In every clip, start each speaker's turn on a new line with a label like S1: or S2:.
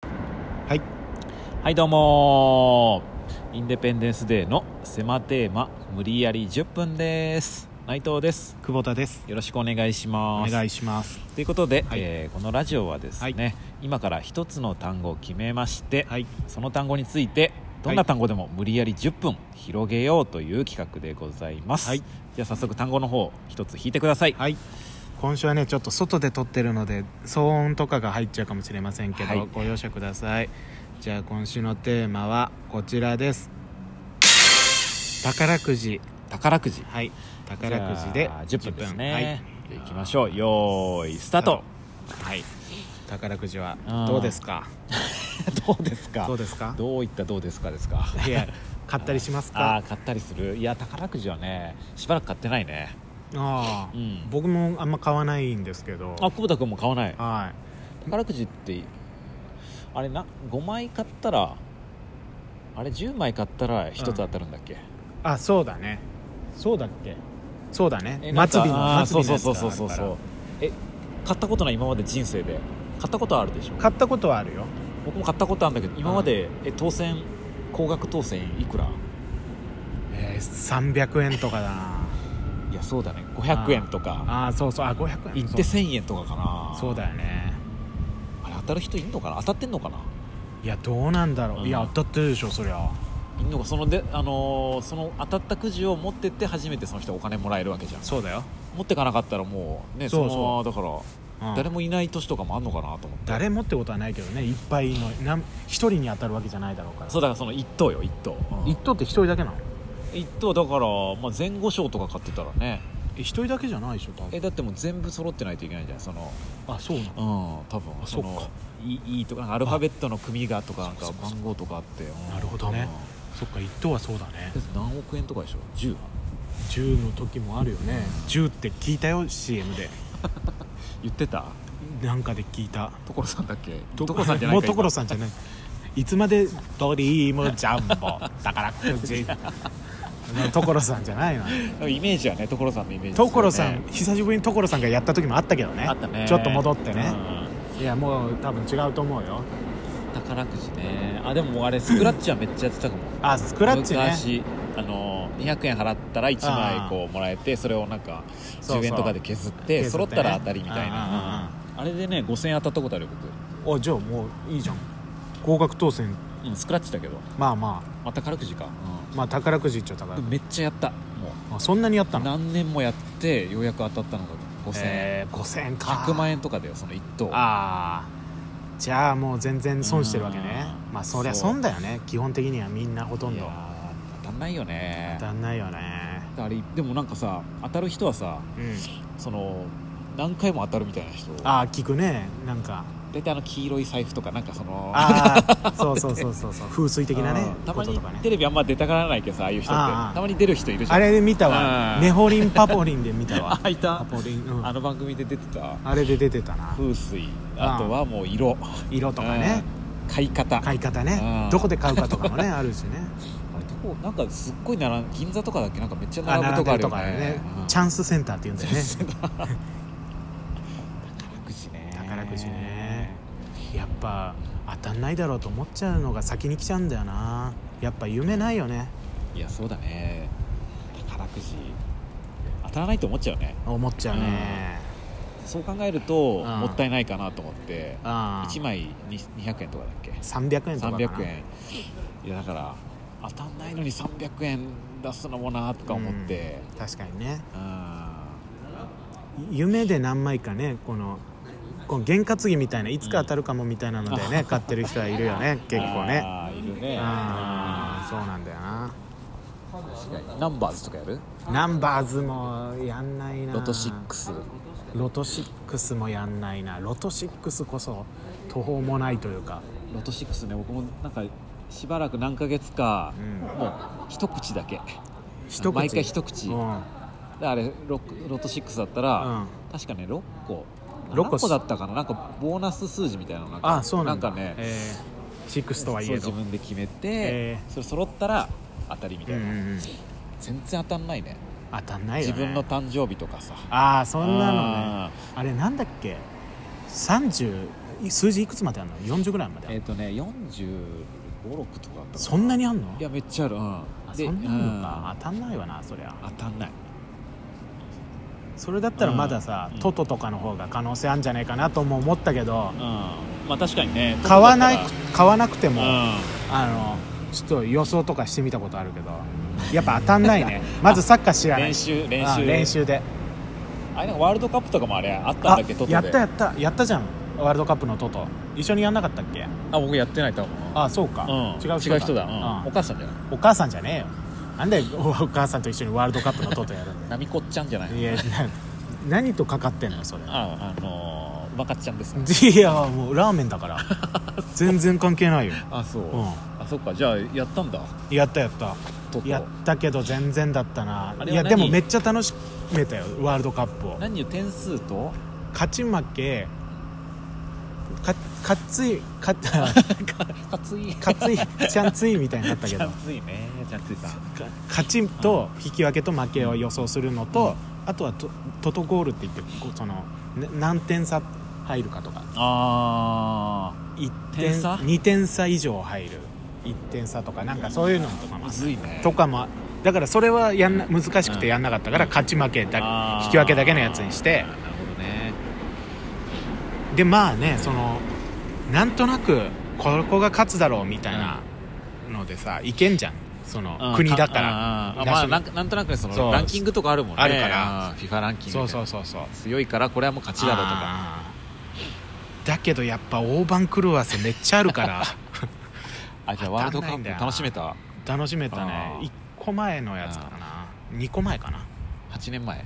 S1: はい
S2: はいどうもインデペンデンスデーの狭テーマ無理やり10分です内藤です
S1: 久保田です
S2: よろしくお願いし
S1: お
S2: ます
S1: 願いします
S2: ということで、
S1: はい
S2: えーこのラジオはですね、
S1: はい
S2: 今から一つの単語を決めまして、
S1: はい
S2: その単語についてどん
S1: は
S2: ない単語でも無理やり10分広げようという企画でございます、
S1: はい
S2: じゃあ早速単語の方一つ引いてください、
S1: はい今週はねちょっと外で撮ってるので騒音とかが入っちゃうかもしれませんけど、
S2: はい
S1: ご容赦くださいじゃあ今週のテーマはこちらです宝くじ
S2: 宝くじ
S1: はい宝くじで
S2: じゃあ10分ですね、
S1: はい
S2: じゃあ行きましょうよーいスタート
S1: はい宝くじは
S2: あー
S1: どうですか
S2: どうですか
S1: どうですか
S2: どういったどうですかですか
S1: いや買ったりします
S2: ああ
S1: か
S2: 買ったりするいや宝くじはねしばらく買ってないね
S1: ああ、
S2: うん
S1: 僕もあんま買わないんですけど
S2: あ久保田君も買わない
S1: はい
S2: 宝くじってあれな5枚買ったらあれ10枚買ったら1つ当たるんだっけ、
S1: あそうだねそうだっけそうだね
S2: え
S1: 末尾
S2: な
S1: の
S2: んか
S1: 末尾の
S2: あー
S1: やつ
S2: そうそう
S1: が
S2: そうそうそう
S1: あるから
S2: そうえ買ったことない今まで人生で買ったことはあるでしょ
S1: 買ったことはあるよ
S2: 僕も買ったことあるんだけど今まで、え当選高額当選いくら
S1: えー、300円とかだない
S2: やそうだね500円とか
S1: ああそうそうあ500円
S2: 行って
S1: そう
S2: 1000円とかかな
S1: そうだよね
S2: あれ当たる人いんのかな当たってんのかない
S1: やどうなんだろう、
S2: うん
S1: いや当たってるでしょそりゃ
S2: いんのかそので、あのーその当たったくじを持ってって初めてその人お金もらえるわけじゃん
S1: そうだよ、
S2: 持ってかなかったらもうね
S1: そうそう
S2: のままだから
S1: うん
S2: 誰もいない年とかもあんのかなと思って
S1: 誰もってことはないけどねいっぱいのなん一人に当たるわけじゃないだろうから
S2: そうだからその一等よ一等、
S1: 一等って一人だけなの
S2: 一等だから、まあ、前後賞とか買ってたらね
S1: え一人だけじゃないでしょ多分
S2: えだってもう全部揃ってないといけないじゃんその
S1: あそうなの
S2: うん多分
S1: そ
S2: そ
S1: っか
S2: のいいいとかなんかアルファベットの組がとかなんか
S1: そうそうそう
S2: 番号とかあってうん
S1: なるほどねそっか一等はそうだね
S2: 多分何億円とかでしょ10
S1: 銃の時もあるよね銃って聞いたよ CM で
S2: 言ってた
S1: なんかで聞いた
S2: 所さんだっけ所さんじゃない
S1: も
S2: か
S1: う所さんじゃないいつまでドリームジャンボ宝くじ所さんじゃない な
S2: 今イメージはね所さんのイメージですよね
S1: 所さん久しぶりに所さんがやった時もあったけどね
S2: あったね
S1: ちょっと戻ってね
S2: う、ん
S1: いやもう多分違うと思うよ
S2: 宝くじねあでももうあれスクラッチはめっちゃやってたかも
S1: あスクラッチね
S2: 昔あの200円払ったら1枚こうもらえてそれをなんか
S1: そうそう
S2: 10円とかで削って
S1: 削ってね
S2: 揃ったら当たりみたいな
S1: う
S2: あれでね5000円当たったことあるよ
S1: おじゃあもういいじゃん高額当選
S2: 僕、うん、スクラッチだけど
S1: まあま
S2: また宝くじか、
S1: あまあ宝くじっちゃ宝
S2: で
S1: く
S2: も
S1: じ
S2: めっちゃやったも
S1: あそんなにやった
S2: う
S1: の
S2: 何年もやってようやく当たったのが5000円、
S1: えー、5000円か
S2: 100万円とかだよその1等
S1: ああじゃあもう全然損してるわけね
S2: うん
S1: まあそりゃ
S2: そう
S1: 損だよね基本的にはみんなほとん
S2: い
S1: ど
S2: やー当たんないよね
S1: 当たんないよね
S2: あれでもなんかさ当たる人はさ
S1: うん
S2: その何回も当たるみたいな人
S1: ああ聞くねなんか
S2: 大体あの黄色い財布とかなんかその
S1: ああそうそうそうそうそう風水的なね
S2: たま
S1: こと
S2: に
S1: とか
S2: テ
S1: ね
S2: レビあんま出たがらないけどさああいう人って
S1: ああ
S2: たまに出る人いるじゃん
S1: あれで見たわ
S2: うん
S1: ネホリンパポリンで見 たわ
S2: あいた
S1: パポリン、うん
S2: あの番組で出てた
S1: あれで出てたな
S2: 風水
S1: ああ
S2: あとはもう色
S1: 色とかね
S2: うん買い方あ
S1: 買い方ね
S2: うん
S1: どこで買うかとかもねあるしね
S2: れどこなんかすっごい並ん銀座とかだっけなんかめっちゃ
S1: あ
S2: 並ぶ
S1: 並
S2: と
S1: ん
S2: こ
S1: で
S2: あ
S1: る
S2: るよ
S1: と
S2: ね
S1: かねチャ
S2: ん
S1: ンスセンターって言うんだよね
S2: 宝くじね
S1: 宝くじねやっぱ当たんないだろうと思っちゃうのが先に来ちゃうんだよなやっぱ夢ないよね
S2: いやそうだね宝くじ当たらないと思っちゃうね
S1: 思っちゃうね
S2: そう考えると
S1: うん
S2: もったいないかなと思って
S1: あ
S2: 1枚に200円とかだっけ
S1: 300円とかかな
S2: 300円いやだから当たんないのに300円出すのもなとか思って
S1: 確かにね
S2: うん
S1: 夢で何枚かねこのこの験担ぎみたいないつか当たるかもみたいなのでね、買ってる人はいるよ ね結構ね
S2: あーいるね
S1: ああそうなんだよな
S2: 確かにナンバーズとかやる
S1: ナンバーズもやんないな
S2: ロト6
S1: ロト6もやんないなロト6こそ途方もないというか
S2: ロト6ね僕もなんかしばらく何ヶ月か
S1: うん
S2: もう一口だけ
S1: 一口
S2: 毎回一口
S1: う
S2: で
S1: ん
S2: あれロロト6だった
S1: う
S2: ら
S1: ん
S2: 確かね6個
S1: 六個
S2: 何個だったかななんかボーナス数字みたいなのなんか
S1: あそうなんだ
S2: かね
S1: えー、シックスとはい
S2: そう
S1: え
S2: 自
S1: ど
S2: 分で決めて、
S1: え
S2: それ揃ったら当たりみ
S1: う
S2: た
S1: ん
S2: い
S1: うん
S2: な、
S1: うん
S2: 全然当たんないね
S1: 当たんないよ、
S2: 自
S1: ね、
S2: 分の誕生日とかさ
S1: ああそんなのね
S2: あ
S1: あれなんだっけ30数字いくつまであるの40ぐらいまであ
S2: えっ、
S1: る
S2: とね456とかあったかな
S1: そんなにあんの
S2: いやめっちゃあるうん
S1: あ
S2: で
S1: そんなにあるのか
S2: うん
S1: 当たんないわなそりゃ
S2: 当たんない
S1: それだったらまださ、
S2: うん
S1: トトとかの方が可能性あるんじゃないかなとも思ったけど
S2: うんまあ確かにね
S1: 買わない
S2: トトだっ
S1: 買わなくて
S2: た
S1: も、
S2: ら
S1: あのちょっと予想とかしてみたことあるけどやっぱ当たんな いねまずサッカー
S2: う
S1: 知
S2: ん
S1: らない
S2: 練習練
S1: あ
S2: 習
S1: 練習で
S2: あれなんかワールドカップとかもあれあったんだっけトトで
S1: やったやったやったじゃんワールドカップのトト一緒にやんなかったっけ
S2: あ僕やってないと思う
S1: あそうか、
S2: うん、
S1: 違う人だ
S2: 違う人だ、うん
S1: うん
S2: お母さんじゃない
S1: お母さんじゃねえよなんでおお母さんと一緒にワールドカップのトトやるん
S2: な
S1: だ
S2: みこっちゃんじゃない
S1: よいやな何とかかってんのよそれ
S2: ああのー、バカっちゃんです
S1: いやもうラーメンだから 全然関係ないよ、
S2: あそう、
S1: う
S2: あそっかじゃあやったんだ
S1: ん、やったやった
S2: トト
S1: やったけど全然だったな
S2: あれはい
S1: や
S2: 何
S1: でもめっちゃ楽しめたよワールドカップを
S2: 何よ点数と
S1: 勝ち負けかかっついかっ
S2: かつい
S1: かっついちゃんついみたいになったけど
S2: かついねちゃんついさ
S1: か勝ちと引き分けと負けを予想するのと、あとはトトトゴールって言ってこうそのね何点差入るかとか
S2: あ
S1: 1
S2: 点差
S1: 2点差以上入る1点差とかなんかそういうのとかも
S2: むずいね
S1: とかもだからそれはやんな難しくてやんなかったから勝ち負けだ
S2: あー
S1: 引き分けだけのやつにして
S2: なるほどね
S1: でまあねそのなんとなくここが勝つだろうみたいなのでさいけんじゃんその
S2: うん
S1: 国だか
S2: あーあーまあ
S1: らナショナ
S2: なん
S1: ル
S2: かなんとなくねそ
S1: そ
S2: の
S1: う
S2: ランキングとかあるもんね
S1: あるから
S2: うん FIFA ランキング
S1: そうそううそうそう
S2: 強いからこれはもう勝ちだろうとか
S1: あーだけどやっぱ大盤狂わせめっちゃあるから
S2: あじゃあワールドカ
S1: 当たんない
S2: ッ
S1: んだよ
S2: プ
S1: な
S2: 楽しめた
S1: 楽しめた
S2: あ
S1: ね
S2: ー
S1: 1個前のやつかな2個前かな
S2: 8年前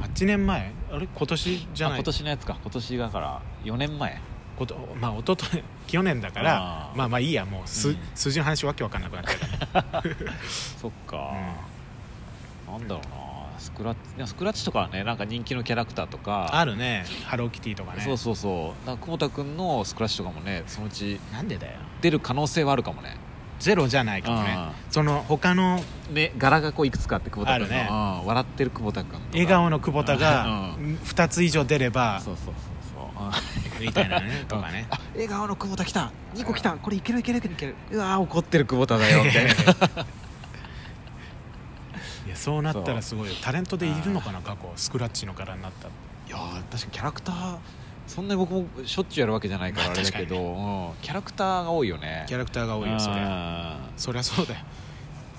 S1: 8年前あれ今年じゃな
S2: あ
S1: い
S2: 今年のやつか今年だから4年前
S1: ことまあ一昨年 去年だから
S2: あー
S1: まあまあいいやもう数,、
S2: うん
S1: 数字の話わけわかんなくなっちゃうか
S2: そっ
S1: ら、
S2: か、なんだろうなスクラッチいやスクラッチとかはねなんか人気のキャラクターとか
S1: あるねハローキティとかね
S2: そうそうそうだから久保田君のスクラッチとかもねそのうち
S1: なんでだよ
S2: 出る可能性はあるかもね
S1: ゼロじゃないかもね
S2: あ
S1: その他の
S2: ね柄がこういくつかあって久保田君の
S1: あるね
S2: うん笑ってる久保田君とか
S1: 笑顔の久保田が
S2: う
S1: 2つ以上出れば
S2: そうそうそうそううん
S1: みたいなねとかね
S2: あ笑顔の久保田来た2個来たこれいけるいけるいけるいけるうわー怒ってる久保田だ よみたいな
S1: いやそうなったらすごいよタレントでいるのかな過去スクラッチの柄になったって
S2: いやー確かにキャラクターそんなに僕もしょっちゅうやるわけじゃないから
S1: まあ
S2: あれだけど、うんキャラクターが多いよね
S1: キャラクターが多いよそりゃ
S2: ゃ
S1: そりゃそうだよ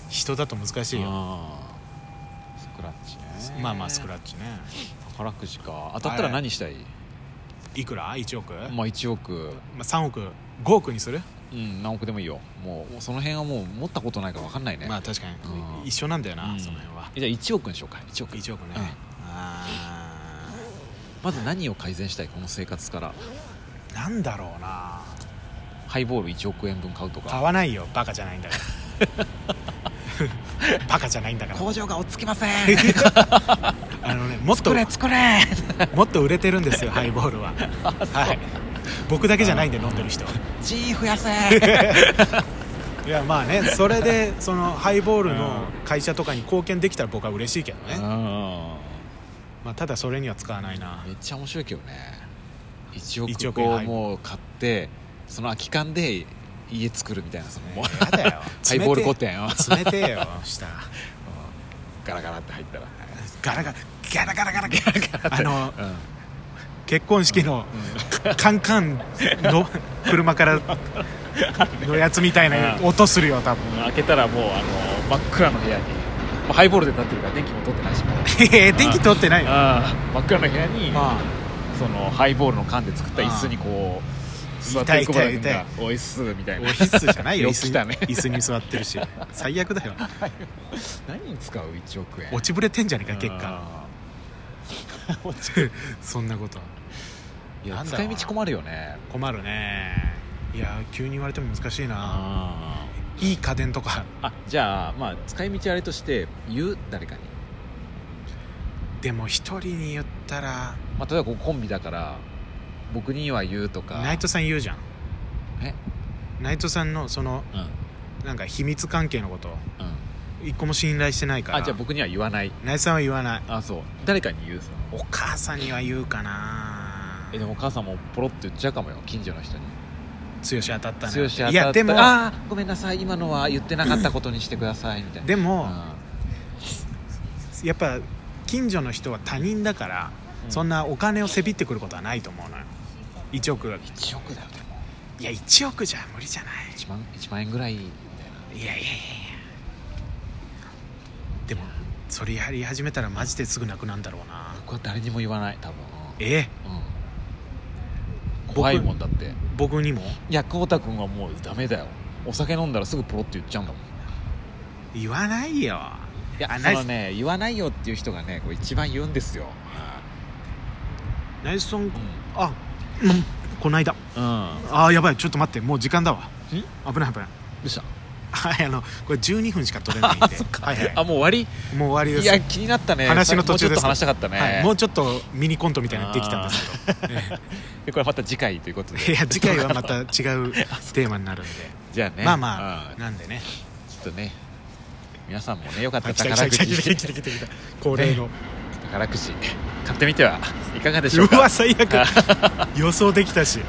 S1: 人だと難しいよ
S2: スクラッチね
S1: まあまあスクラ
S2: ッチ
S1: ッチね
S2: 宝くじか当たったら何したい、
S1: いくら1億、ま
S2: まあ1億
S1: あ、3億5億にする、
S2: うん何億でもいいよもうその辺はもう持ったことないから分かんないね、
S1: まあ確か
S2: うん
S1: に一緒なんだよな、
S2: うん
S1: その辺は
S2: じゃあ1億にしようか1億
S1: 1億ね、
S2: うん
S1: あ
S2: まず何を改善したいこの生活から
S1: ーなんだろうな
S2: ハイボール1億円分買うと
S1: 買
S2: か
S1: わないよバカじゃないんだから バカじゃないんだから
S2: 工場が落ち着きません
S1: あのねもっと
S2: 作れ 作れ
S1: もっと売れてるんで すよハイボールははい僕だけじゃないんで飲んでる人
S2: ー増 やせ
S1: いやまあねそれ でそのハイボール
S2: う
S1: の
S2: ん
S1: 会社とかに貢献できたら僕は嬉しいけど
S2: う
S1: ね、
S2: ん
S1: まあ、ただそれには使わないな
S2: めっちゃ面白いけどね1億
S1: 1億円
S2: 個
S1: はい
S2: もう買ってその空き缶で家作るみたいなそのもう
S1: やだよ
S2: ハイボール御殿を
S1: 冷てえよ下
S2: ガラガラって入ったら
S1: ガラガラガラガラガラガラあの
S2: うん
S1: 結婚式のカンカンの車からのやつみたいな音するよ多分
S2: 開けたらもうあの真っ暗の部屋に、まあ、ハイボールで立ってるから電気も通ってないしもう
S1: え電気通ってないよ
S2: ああ真っ暗の部屋に、
S1: ま
S2: そのハイボールの缶で作った椅子にこう座ってる子
S1: 痛い痛い痛い
S2: がおいっすみた
S1: あ
S2: い
S1: オ
S2: な
S1: フィスじゃないよ
S2: よく
S1: 椅子
S2: 来
S1: に
S2: たね
S1: 椅子に座ってるし最悪だよ
S2: 何に使う1億円
S1: 落ちぶれてんじゃねえか結果
S2: あ
S1: そんなこと
S2: あいや
S1: なんだ
S2: 使
S1: ろう
S2: い道困るよね
S1: 困るねいや急に言われても難しいな
S2: あ
S1: いい家電とか
S2: あじゃあまあ使い道あれとして言う誰かに、
S1: でも一人に言ったら
S2: まあ、例えばこうコンビだから僕には言うとか
S1: 内藤さん言うじゃん
S2: え
S1: 内藤さんのその
S2: うんうん
S1: なんか秘密関係のこと一個も信頼してないから
S2: あじゃあ僕には言わない
S1: 内藤さんは言わない
S2: あそう誰かに言うその
S1: お母さんには言うかな
S2: えでもお母さんもポロッと言っちゃうかもよ近所の人に
S1: 強し当たったね
S2: 剛当たった
S1: いやでも
S2: あーごめんなさい今のは言ってなかったことにしてくださいみたいな
S1: でも、
S2: う
S1: やっぱ近所の人は他人だから、
S2: うん
S1: そんなお金をせびってくることはないと思うのよ1億が
S2: ん1億だよでも
S1: いや1億じゃ無理じゃな
S2: 1万 ,1 万円ぐらいみ
S1: いいやいやいやいやでもそれやり始めたらマジですぐなくなるんだろうな
S2: たいな僕は誰にも言わない多分、
S1: え
S2: うん、
S1: 僕
S2: 怖いもんだって
S1: 僕にも
S2: いや久保田君はもうダメだよお酒飲んだらすぐポロッと言っちゃうんだもん
S1: 言わないよ
S2: いや
S1: あ
S2: そ
S1: ナイス
S2: のね言わないよっていう人がねこう一番言うんですよ
S1: ナイスソング
S2: うん
S1: あうんこないだ
S2: うんど
S1: あーやばいちょっと待ってもう時間だわ
S2: ん
S1: 危ない危ないう
S2: した
S1: はいあのこれ12分しか取れないんではいはい
S2: あもう終
S1: もう終わ
S2: わ
S1: りで
S2: りい
S1: す
S2: や気になったね
S1: 話の途中です
S2: もうちょっと話したかったね、
S1: はい、もうちょっとミニコントみたいなのできたんですけ ど
S2: でこれまた次回ということで
S1: いや次回はまた違うテーマになるんで、
S2: じゃあね
S1: まあまあ、
S2: うん
S1: なんでね
S2: ちょっとね皆さんもねよかった
S1: あ
S2: ら
S1: 来た来
S2: 宝
S1: た
S2: く
S1: 来た来た来た
S2: じ
S1: 来た来た恒例の、
S2: 宝くじ買ってみてはいかがでし
S1: う
S2: ょうか
S1: わ最悪 予想できたし、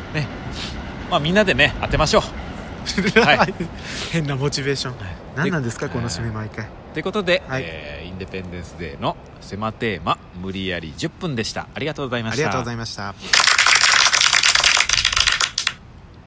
S2: まあみんなでね当てましょうはい
S1: 変なモチベーション何なんですか
S2: で
S1: この締め毎回
S2: ということで、
S1: はい
S2: えーインデペンデンスデーの狭テーマ無理やり10分でしたありがとうございま
S1: あ
S2: し
S1: り
S2: た
S1: がとうございました